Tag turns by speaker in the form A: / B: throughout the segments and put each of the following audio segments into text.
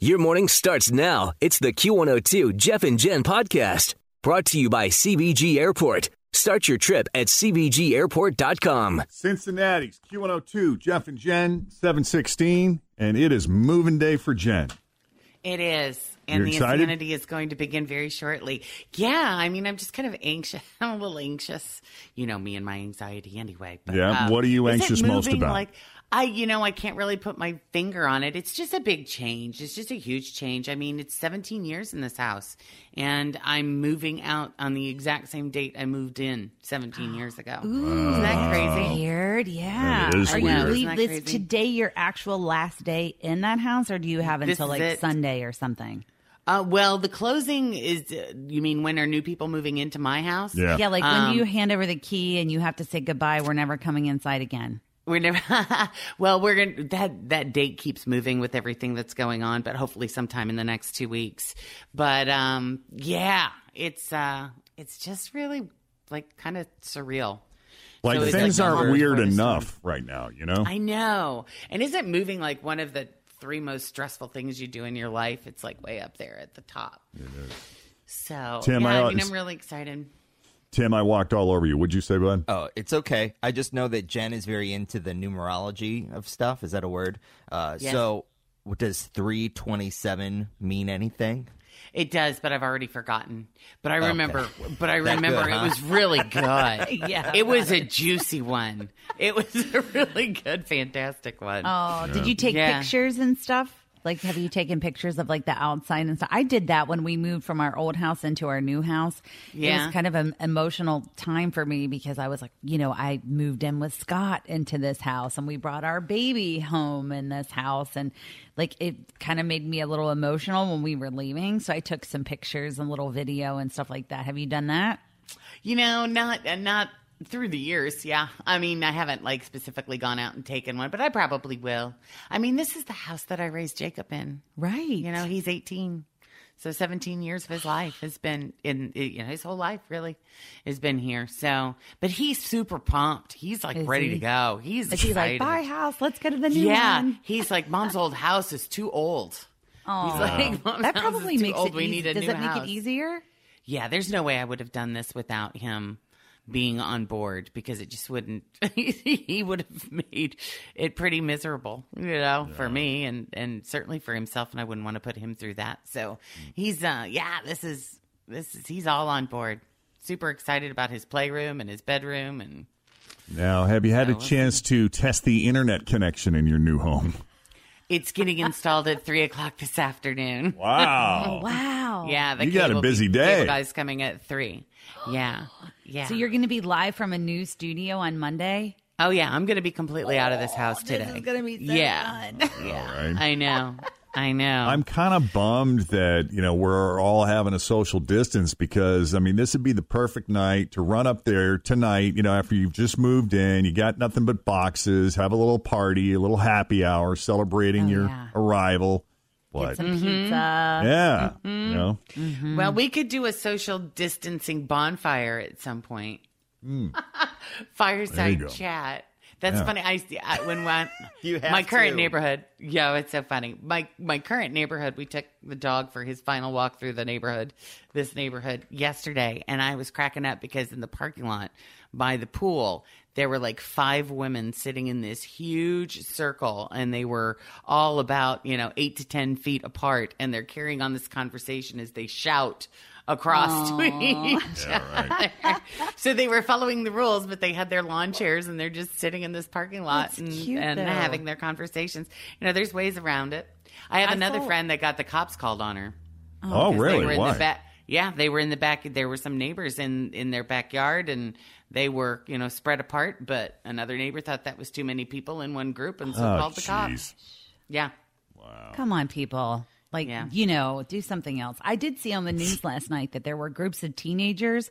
A: Your morning starts now. It's the Q102 Jeff and Jen podcast brought to you by CBG Airport. Start your trip at CBGAirport.com.
B: Cincinnati's Q102, Jeff and Jen, 716, and it is moving day for Jen.
C: It is. And
B: You're
C: the
B: excited?
C: insanity is going to begin very shortly. Yeah, I mean, I'm just kind of anxious. I'm a little anxious. You know me and my anxiety anyway. But,
B: Yeah,
C: um,
B: what are you
C: is it
B: anxious most
C: moving?
B: about?
C: Like, I, you know, I can't really put my finger on it. It's just a big change. It's just a huge change. I mean, it's 17 years in this house, and I'm moving out on the exact same date I moved in 17 years ago. Isn't that crazy?
D: Weird, yeah.
B: Oh, That is
D: Are
B: weird.
D: you
C: Isn't that
D: leave this
C: crazy?
D: today your actual last day in that house, or do you have
C: This
D: until
C: is
D: like
C: it.
D: Sunday or something?
C: Uh, well, the closing is, uh, you mean when are new people moving into my house?
B: Yeah.
D: Yeah, like when
C: Um,
D: do you hand over the key and you have to say goodbye? We're never coming inside again.
C: We're never well. We're gonna that that date keeps moving with everything that's going on, but hopefully sometime in the next two weeks. But um, yeah, it's uh, it's just really like kind of surreal.
B: Like
C: So it's
B: things
C: like the
B: aren't
C: hard
B: weird
C: part is-
B: enough right now, you know?
C: I know, and isn't moving like one of the three most stressful things you do in your life? It's like way up there at the top. So
B: Tim,
C: yeah,
B: I
C: I,
B: al-
C: mean, I'm really excited.
B: Tim, I walked all over you. Would you say, bud?
E: Oh, it's okay. I just know that Jen is very into the numerology of stuff. Is that a word? Uh,
C: Yes.
E: So, what does 327 mean anything?
C: It does, but I've already forgotten. But I remember. But I
E: That
C: remember
E: good, huh?
C: it was really good.
D: Yeah.
C: it was a juicy one. It was a really good, fantastic one.
D: Oh, did you take
C: Yeah.
D: pictures and stuff? Like, have you taken pictures of like the outside and stuff? I did that when we moved from our old house into our new house. It
C: Yeah.
D: was kind of an emotional time for me because I was like, you know, I moved in with Scott into this house and we brought our baby home in this house. And like, it kind of made me a little emotional when we were leaving. So I took some pictures and little video and stuff like that. Have you done that?
C: You know, not uh, not through the years. Yeah, I mean, I haven't like specifically gone out and taken one, but I probably will. I mean, this is the house that I raised Jacob in.
D: Right.
C: You know, he's 18. So 17 years of his life has been in, you know, his whole life really has been here. So, but he's super pumped. He's like
D: Is
C: ready to
D: he?
C: go. He's
D: Like, he's like,
C: excited.
D: bye, house. Let's go to the new
C: Yeah.
D: one.
C: He's like, mom's old house is too old. He's like, "Mom's
D: Um, That
C: house is
D: probably
C: too
D: makes
C: old.
D: it
C: we
D: easy.
C: need a
D: Does
C: new
D: it make
C: house.
D: it easier?
C: Yeah, there's no way I would have done this without him being on board because it just wouldn't he would have made it pretty miserable you know for me and and certainly for himself and I wouldn't want to put him through that so he's uh yeah this is this is he's all on board super excited about his playroom and his bedroom and
B: Now, have you had a chance to test the internet connection in your new home?
C: it's getting installed at three o'clock this afternoon Oh,
B: Wow.
D: Wow.
C: yeah the
B: You got a
C: cable-
B: busy
C: cable
B: day.
C: guys coming at three yeah yeah
D: So you're going to be live from a new studio on Monday?
C: Oh yeah, I'm gonna be completely out of this house today. Oh, This is gonna be so yeah,
B: All right.
C: I know, I know.
B: I'm kind of bummed that, you know, we're all having a social distance because, I mean, this would be the perfect night to run up there tonight, you know, after you've just moved in, you got nothing but boxes, have a little party, a little happy hour celebrating
C: Oh,
B: your
D: yeah.
B: arrival. But,
D: Some
C: Mm-hmm.
D: pizza.
B: yeah, you know,
C: Well, we could do a social distancing bonfire at some point.
B: Hmm. There you
C: Fireside
B: go.
C: chat. That's
B: Yeah.
C: funny. I, I when my,
E: You have
C: my current
E: to.
C: neighborhood. Yeah, it's so funny. My my current neighborhood. We took the dog for his final walk through the neighborhood. This neighborhood yesterday, and I was cracking up because in the parking lot by the pool there were like five women sitting in this huge circle and they were all about, you know, eight to 10 feet apart. And they're carrying on this conversation as they shout across to each other. so they were following the rules, but they had their lawn chairs and they're just sitting in this parking lot
D: That's
C: and,
D: cute,
C: and
D: though.
C: having their conversations. You know, there's ways around it. I have another
D: thought-
C: friend that got the cops called on her.
B: Oh,
C: They were
B: really?
C: in
B: Why?
C: the back. Yeah, they were in the back. There were some neighbors in in their backyard, and they were you know spread apart. But another neighbor thought that was too many people in one group, and so
B: oh,
C: called the cops.
B: jeez.
C: Yeah,
D: Come on, people. Like,
C: Yeah.
D: you know, do something else. I did see on the news last night that there were groups of teenagers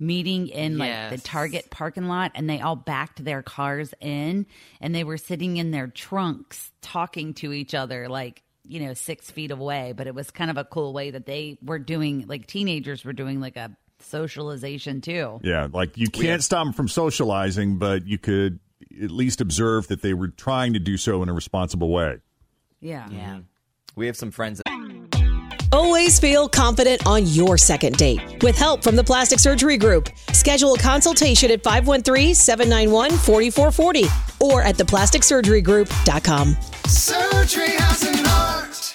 D: meeting in like the
C: Yes.
D: Target parking lot and they all backed their cars in and they were sitting in their trunks talking to each other, like, you know, six feet away. But it was kind of a cool way that they were doing, like, teenagers were doing like a socialization too.
B: Yeah, like you can't stop them from socializing, but you could at least observe that they were trying to do so in a responsible way.
D: Yeah.
C: yeah.
E: We have some friends.
F: Always feel confident on your second date. With help from the Plastic Surgery Group, schedule a consultation at 513-791-4440 or at theplasticsurgerygroup.com.
G: Surgery has an art.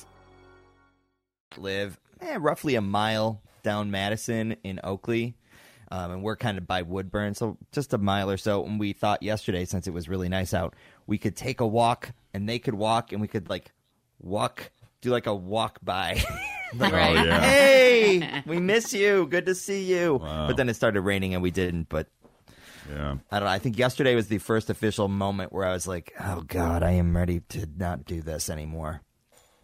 E: live eh, roughly a mile down Madison in Oakley. Um, and we're kind of by Woodburn, so just a mile or so. And we thought yesterday, since it was really nice out, we could take a walk and they could walk and we could like walk, do like a walk by. like,
B: Oh, yeah.
E: hey, we miss you. Good to see you. But then it started raining and we didn't. But
B: yeah.
E: I don't know. I think yesterday was the first official moment where I was like, oh God, I am ready to not do this anymore.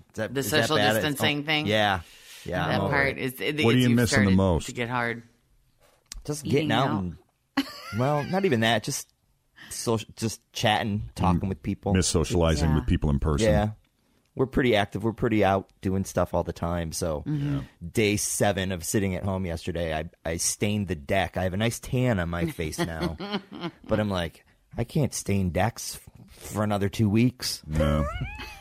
E: Is that-
C: The
E: is that
C: social
E: bad? It's-
C: distancing
E: oh,
C: thing?
E: Yeah. Yeah. Oh, I'm
C: that
E: over it.
C: part is. It,
B: Oh. What are
C: it's-
B: you
C: you've
B: missing the
C: started
B: most?
C: To get hard.
E: just
D: Eating
E: getting out,
D: out.
E: and well, not even that, just social, just chatting,
C: Mm.
E: talking with people.
B: Miss socializing
D: Yeah.
B: with people in person.
E: Oh, yeah. We're pretty active. We're pretty out doing stuff all the time. So,
C: Mm-hmm.
E: day seven of sitting at home yesterday, I, I stained the deck. I have a nice tan on my face now, but I'm like, I can't stain decks f- for another two weeks.
B: Yeah.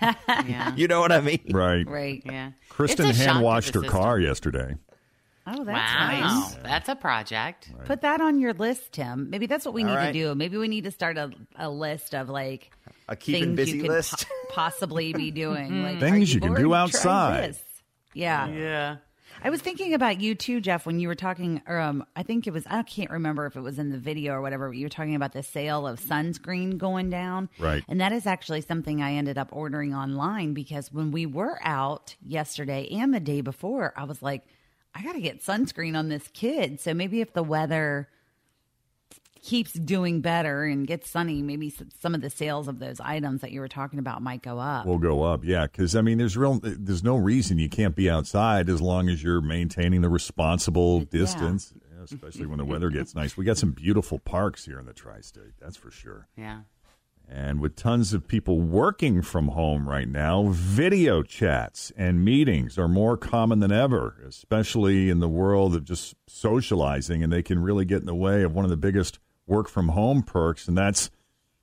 C: Yeah,
E: You know what I mean?
B: Right.
D: Right.
C: yeah.
B: Kristen
C: It's a shock to
B: hand washed
C: the
B: her
C: system.
B: car yesterday.
D: Oh, that's nice.
C: Wow, that's a project.
D: Put that on your list, Tim. Maybe that's what we need
E: right.
D: to do. Maybe we need to start a, a list of like
E: A keeping
D: things
E: busy
D: you could
E: list.
D: po- possibly be doing. Like,
B: Things
D: are
B: you can
D: bored?
B: do
D: Try
B: outside.
D: this. Yeah.
C: Yeah.
D: I was thinking about you too, Jeff, when you were talking. Or, um, I think it was I can't remember if it was in the video or whatever. But you were talking about the sale of sunscreen going down,
B: Right.
D: And that is actually something I ended up ordering online because when we were out yesterday and the day before, I was like, I got to get sunscreen on this kid. So maybe if the weather keeps doing better and gets sunny, maybe s- some of the sales of those items that you were talking about might go up.
B: Will go up, yeah. Because I mean, there's real, there's no reason you can't be outside as long as you're maintaining the responsible distance. Yeah, especially when the weather gets nice. We got some beautiful parks here in the tri-state, that's for sure.
C: Yeah.
B: And with tons of people working from home right now, video chats and meetings are more common than ever, especially in the world of just socializing. And they can really get in the way of one of the biggest work from home perks, and that's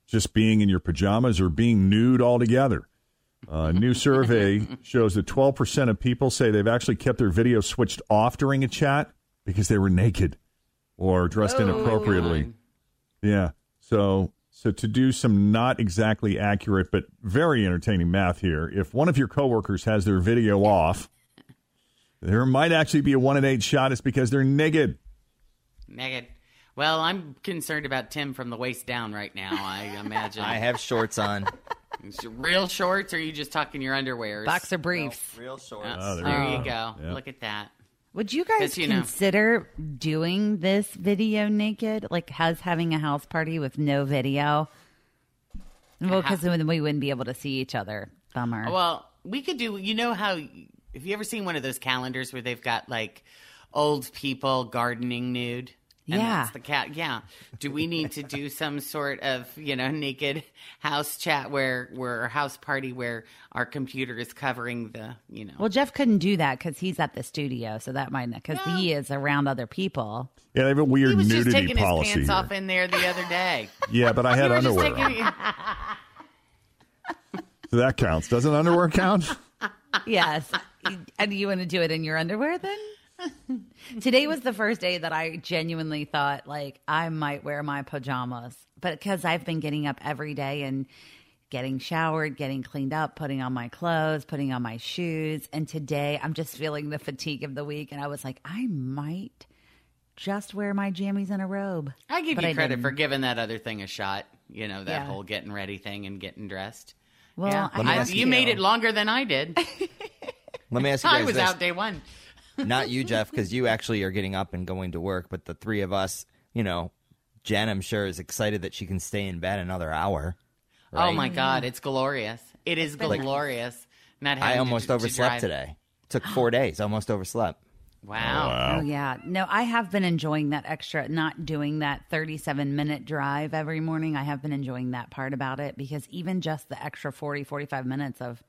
B: just being in your pajamas or being nude altogether. A new survey shows that 12% of people say they've actually kept their video switched off during a chat because they were naked or dressed inappropriately. Yeah. So so to do some not exactly accurate but very entertaining math here, if one of your coworkers has their video off, there might actually be a one in eight shot. It's because they're naked.
C: Megan. Well, I'm concerned about Tim from the waist down right now. I imagine.
E: I have shorts on.
C: real shorts, or are you just talking your underwear?
D: Boxer briefs.
E: Real shorts.
B: Oh,
C: there,
B: there you
C: you
B: go.
C: go.
B: Yeah.
C: Look at that.
D: Would you guys
C: Yes, you know.
D: consider doing this video naked, like us having a house party with no video? Well, because then we wouldn't be able to see each other. Bummer.
C: Well, we could do. You know how? Have you ever seen one of those calendars where they've got like old people gardening nude? And
D: Yeah.
C: that's the cat. Yeah. Do we need to do some sort of, you know, naked house chat where where or house party where our computer is covering the, you know,
D: Well, Jeff couldn't do that because he's at the studio, so that might not because he is around other people.
B: Yeah, they have a
C: he
B: weird
C: was just
B: nudity
C: taking his
B: policy.
C: pants
B: here.
C: off in there the other day.
B: yeah, but I had
C: You were just
B: underwear. on.
C: taking it-
B: So that counts. Doesn't underwear count?
D: yes. And you want to do it in your underwear then? Today was the first day that I genuinely thought like I might wear my pajamas, but because I've been getting up every day and getting showered, getting cleaned up, putting on my clothes, putting on my shoes, and today I'm just feeling the fatigue of the week, and I was like, I might just wear my jammies and a robe.
C: I give
D: But
C: you
D: I
C: credit
D: didn't.
C: for giving that other thing a shot. You know that
D: Yeah.
C: whole getting ready thing and getting dressed.
D: Well,
C: yeah.
D: I Let me
C: I-
D: ask
C: you
D: you.
C: made it longer than I did.
E: Let me ask you guys
C: I was
E: this.
C: out day one.
E: Not you, Jeff, because you actually are getting up and going to work, but the three of us, you know, Jen, I'm sure, is excited that she can stay in bed another hour.
C: Oh my god, it's glorious! It is glorious. Not having
E: I
C: to-
E: almost
C: to
E: overslept
C: drive.
E: today. took four days. Almost overslept.
C: Wow.
D: Oh yeah. No, I have been enjoying that extra not doing that 37 minute drive every morning. I have been enjoying that part about it because even just the extra 40 45 minutes of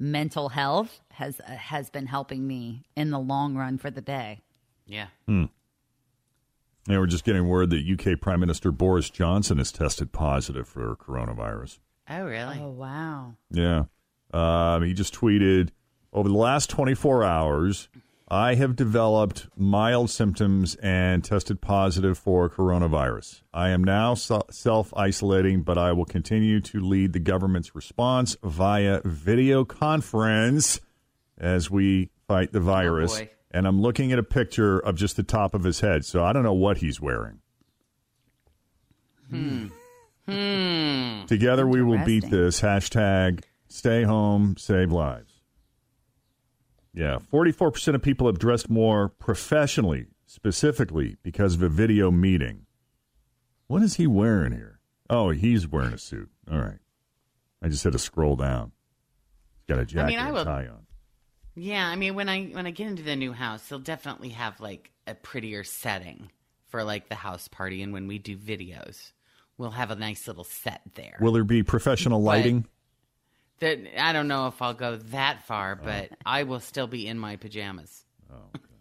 D: mental health has uh, has been helping me in the long run for the day.
C: Yeah.
B: And we're just getting word that UK Prime Minister Boris Johnson has tested positive for coronavirus.
C: Oh really?
D: Oh wow.
B: Yeah. Um, he just tweeted over the last 24 hours, I have developed mild symptoms and tested positive for coronavirus. I am now self isolating, but I will continue to lead the government's response via video conference as we fight the virus.
C: boy.
B: and I'm looking at a picture of just the top of his head, so I don't know what he's wearing.
C: Hmm.
B: Together we will beat
D: Interesting.
B: this. Hashtag stay home, save lives. Yeah, 44% of people have dressed more professionally, specifically because of a video meeting. What is he wearing here? Oh, he's wearing a suit. All right. I just had to scroll down. He's got a jacket
C: I mean, I
B: and
C: will-
B: tie on.
C: Yeah. I mean, when I when I get into the new house, they'll definitely have like a prettier setting for like the house party, and when we do videos, we'll have a nice little set there.
B: Will there be professional lighting?
C: That I don't know if I'll go that far,
E: Oh.
C: but I will still be in my pajamas.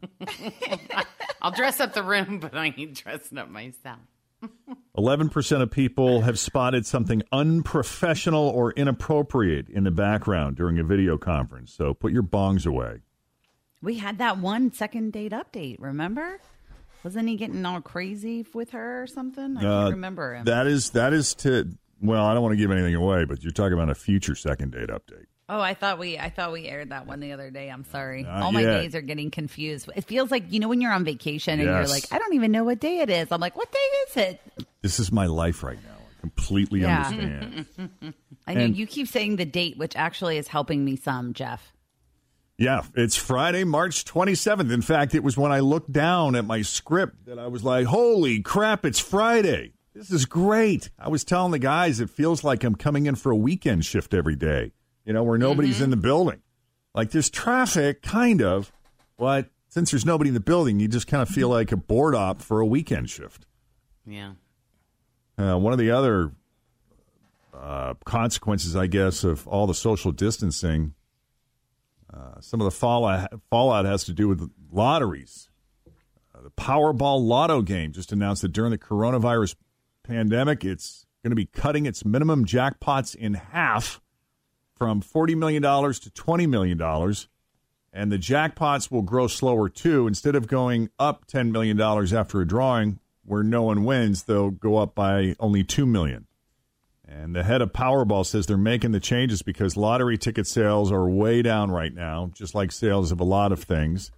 C: I'll dress up the room, but I ain't dressing up myself.
B: 11% of people have spotted something unprofessional or inappropriate in the background during a video conference. So put your bongs away.
D: We had that one second date update, remember? Wasn't he getting all crazy with her or something? I
B: Uh,
D: can't remember him.
B: That is that is to well, I don't want to give anything away, but you're talking about a future second date update.
D: Oh, I thought we I thought we aired that one the other day. I'm sorry.
B: Not
D: All my
B: yet.
D: days are getting confused. It feels like you know when you're on vacation and you're
B: Yes.
D: like, I don't even know what day it is. I'm like, what day is it?
B: This is my life right now. I completely
D: Yeah.
B: understand.
D: I know
B: And-
D: you keep saying the date, which actually is helping me some, Jeff.
B: yeah, it's Friday, March 27th. In fact, it was when I looked down at my script that I was like, "Holy crap, it's Friday. This is great." I was telling the guys it feels like I'm coming in for a weekend shift every day. You know, where nobody's in the building. Like there's traffic kind of, but since there's nobody in the building, you just kind of feel like a board op for a weekend shift.
C: Yeah.
B: Uh, one of the other uh, consequences, I guess, of all the social distancing, uh, some of the fallout, fallout has to do with lotteries. Uh, the Powerball lotto game just announced that during the coronavirus pandemic, it's going to be cutting its minimum jackpots in half from $40 million to $20 million. And the jackpots will grow slower too. Instead of going up $10 million after a drawing where no one wins, they'll go up by only $2 million. And the head of Powerball says they're making the changes because lottery ticket sales are way down right now, just like sales of a lot of things.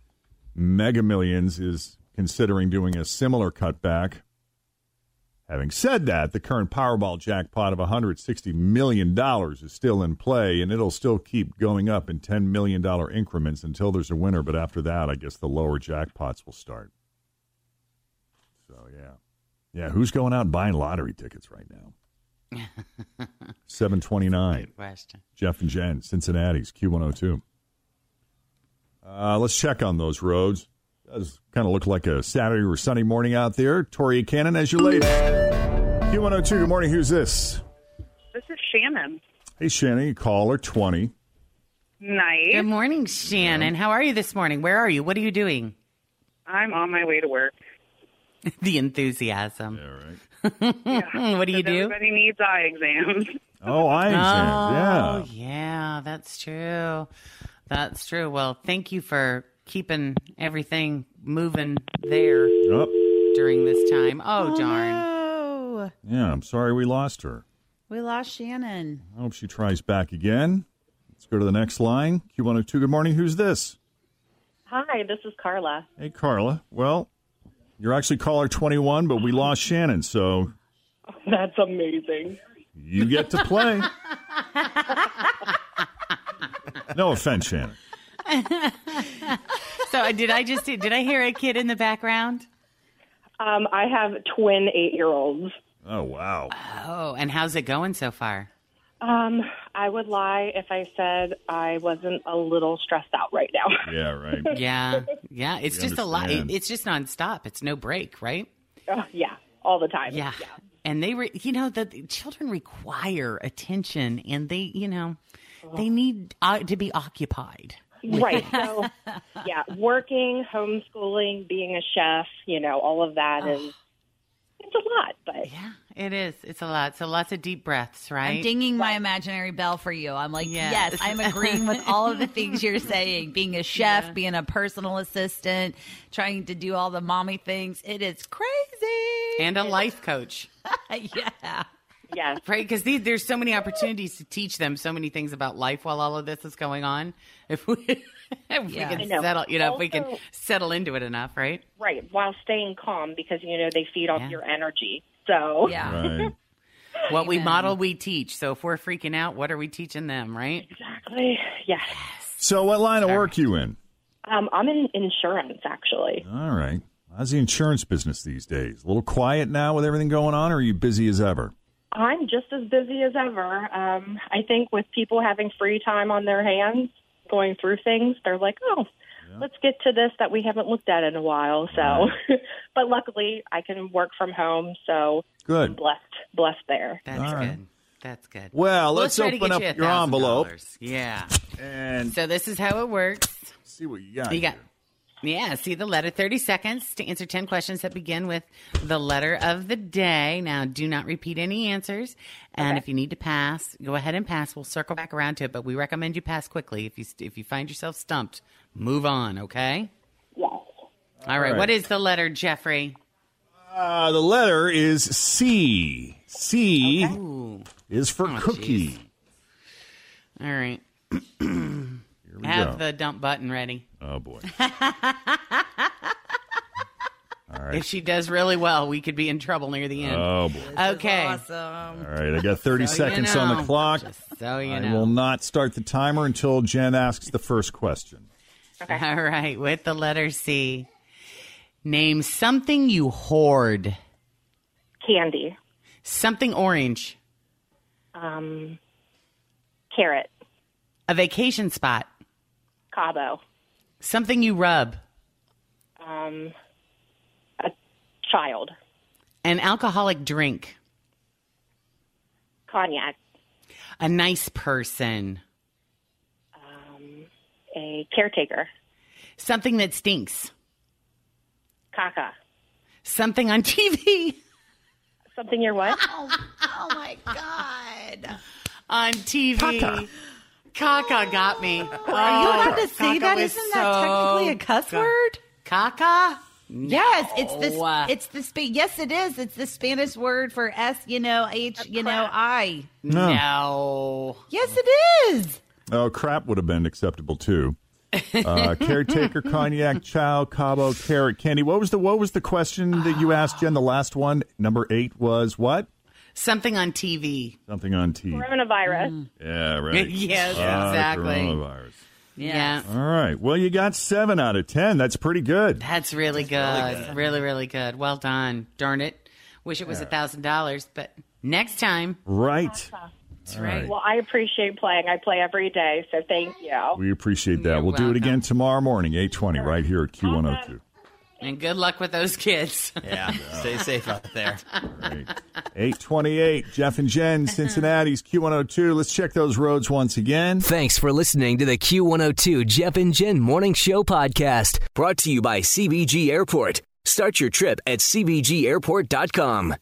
B: Mega Millions is considering doing a similar cutback. Having said that, the current Powerball jackpot of $160 million is still in play, and it'll still keep going up in $10 million increments until there's a winner. But after that, I guess the lower jackpots will start. So, yeah. Yeah, who's going out and buying lottery tickets right now? 729.
C: Good question.
B: Jeff and oh Jen, Cincinnati's Q102. Uh, let's check on those roads. does kind of look like a Saturday or Sunday morning out there. Tori Cannon as your latest. Q102, good morning. Who's this?
H: This is Shannon.
B: Hey, Shannon, caller 20.
H: Nice.
C: Good morning, Shannon. How are you this morning? Where are you? What are you doing?
H: I'm on my way to work.
C: The enthusiasm.
B: All right.
C: what do you do?
H: Everybody needs eye exams.
B: Oh, I
C: Oh,
B: understand. yeah.
C: yeah, that's true. That's true. Well, thank you for keeping everything moving there
B: Oh,
C: during this time. Oh, darn.
D: Oh,
B: yeah, I'm sorry we lost her.
D: we lost Shannon.
B: I hope she tries back again. Let's go to the next line. Q102, good morning. Who's this?
H: Hi, this is Carla.
B: Hey, Carla. Well, you're actually caller 21, but we lost Shannon, so
H: That's amazing.
B: you get to play. no offense, Shannon.
C: So, uh, did I just did I hear a kid in the background?
H: Um, I have twin eight year olds.
B: Oh, wow.
C: Oh, and how's it going so far?
H: Um, I would lie if I said I wasn't a little stressed out right now.
B: Yeah, right.
C: Yeah, yeah. It's
B: We
C: just a lot. It,
B: understand.
C: it's just nonstop. It's no break, right?
H: Oh, yeah, all the time.
C: Yeah. And they were, you know, the the children require attention, and they, you know, they need uh, to be occupied.
H: Right. So, yeah, working, homeschooling, being a chef, you know, all of that is it's a lot, but
C: Yeah, it is. It's a lot. So lots of deep breaths,
D: I'm
C: right?
D: dinging my imaginary bell for you. I'm like, yes,
C: Yes.
D: I'm agreeing with all of the things you're saying. Being a chef, being a personal assistant, trying to do all the mommy things. It is crazy.
C: and a life coach,
D: yeah.
H: yeah,
C: right? Because there's so many opportunities to teach them so many things about life while all of this is going on. If we, if we
D: Yeah.
C: can
H: I know.
C: settle, you know, if we can
H: Also-
C: settle into it enough, right?
H: right, while staying calm because you know they feed off
C: Yeah.
H: your energy. So,
D: Yeah.
B: Right.
C: What we model, we teach. So if we're freaking out, what are we teaching them, right?
H: exactly. Yeah.
B: So, what line of work you in?
H: Um, I'm in insurance actually.
B: All right. How's the insurance business these days? A little quiet now with everything going on, or are you busy as ever?
H: I'm just as busy as ever. Um, I think with people having free time on their hands, going through things, they're like, oh, let's get to this that we haven't looked at in a while. So, but luckily, I can work from home, so I'm
B: Good.
H: blessed, blessed there.
C: That's
B: All right.
C: good. That's good.
B: Well,
C: We'll
B: let's
C: try to
B: open
C: get
B: up
C: you
B: your
C: $1,000.
B: envelope
C: Yeah.
B: and
C: So this is how it works.
B: see what you got.
C: You got,
B: here.
C: yeah, see the letter 30 seconds to answer 10 questions that begin with the letter of the day. Now, do not repeat any answers. And if you need to pass, go ahead and pass. We'll circle back around to it, but we recommend you pass quickly. If you, if you find yourself stumped, move on, okay? All right.
B: right.
C: What is the letter, Jeffrey?
B: Uh, the letter is C. C
C: Ooh.
B: is for
C: Oh,
B: cookie.
C: jeez. All right.
B: Here we
C: Have
B: go.
C: the dump button ready.
B: oh boy.
C: If she does really well, we could be in trouble near the end.
B: Oh boy.
C: okay.
B: All right. I got 30 seconds on the
C: know.
B: clock.
C: So you
B: I
C: know.
B: will not start the timer until Jen asks the first question.
C: All right, with the letter C. Name something you hoard.
H: Candy,
C: Something orange.
H: um, carrot,
C: A vacation spot.
H: Cabo,
C: Something you rub.
H: um, a child,
C: An alcoholic drink.
H: cognac,
C: A nice person.
H: um, a caretaker,
C: Something that stinks.
H: caca.
C: Something on TV.
H: Something you're what?
C: On TV. Kaka, got me.
D: Are you allowed to
C: Kaka
D: say that?
C: was
D: Isn't that technically a
C: so
D: cuss
C: good.
D: word?
C: Kaka?
D: Yes, it's
C: No.
D: the it's the spa- yes it is. It's the Spanish word for s, you know, h, you know, i.
C: No.
D: Yes it is.
B: Oh, crap would have been acceptable too. Uh, caretaker, cognac, chow, cabo, carrot candy. What was the what was the question that you asked Jen? The last one, number eight was what?
C: Something on TV.
B: Something on TV.
H: Coronavirus.
B: Yeah, right.
C: Yes,
B: Ah, the
C: exactly.
B: Coronavirus.
C: Yeah.
B: All right. Well, you got seven out of ten. That's pretty good.
C: That's really good. Really, really, good. Well done. Darn it. Wish it was a thousand dollars, but next time.
B: Right.
C: That's right.
H: Well, I appreciate playing. I play every day, so thank you.
B: We appreciate that.
C: You're
B: we'll do it
C: welcome.
B: again tomorrow morning, eight twenty, right here at Q one hundred two.
C: And good luck with those kids.
E: Yeah. Stay safe out there.
B: 828, Jeff and Jen, Cincinnati's Q102. Let's check those roads once again.
A: Thanks for listening to the Q102 Jeff and Jen Morning Show podcast, brought to you by CBG Airport. Start your trip at CBGAirport.com.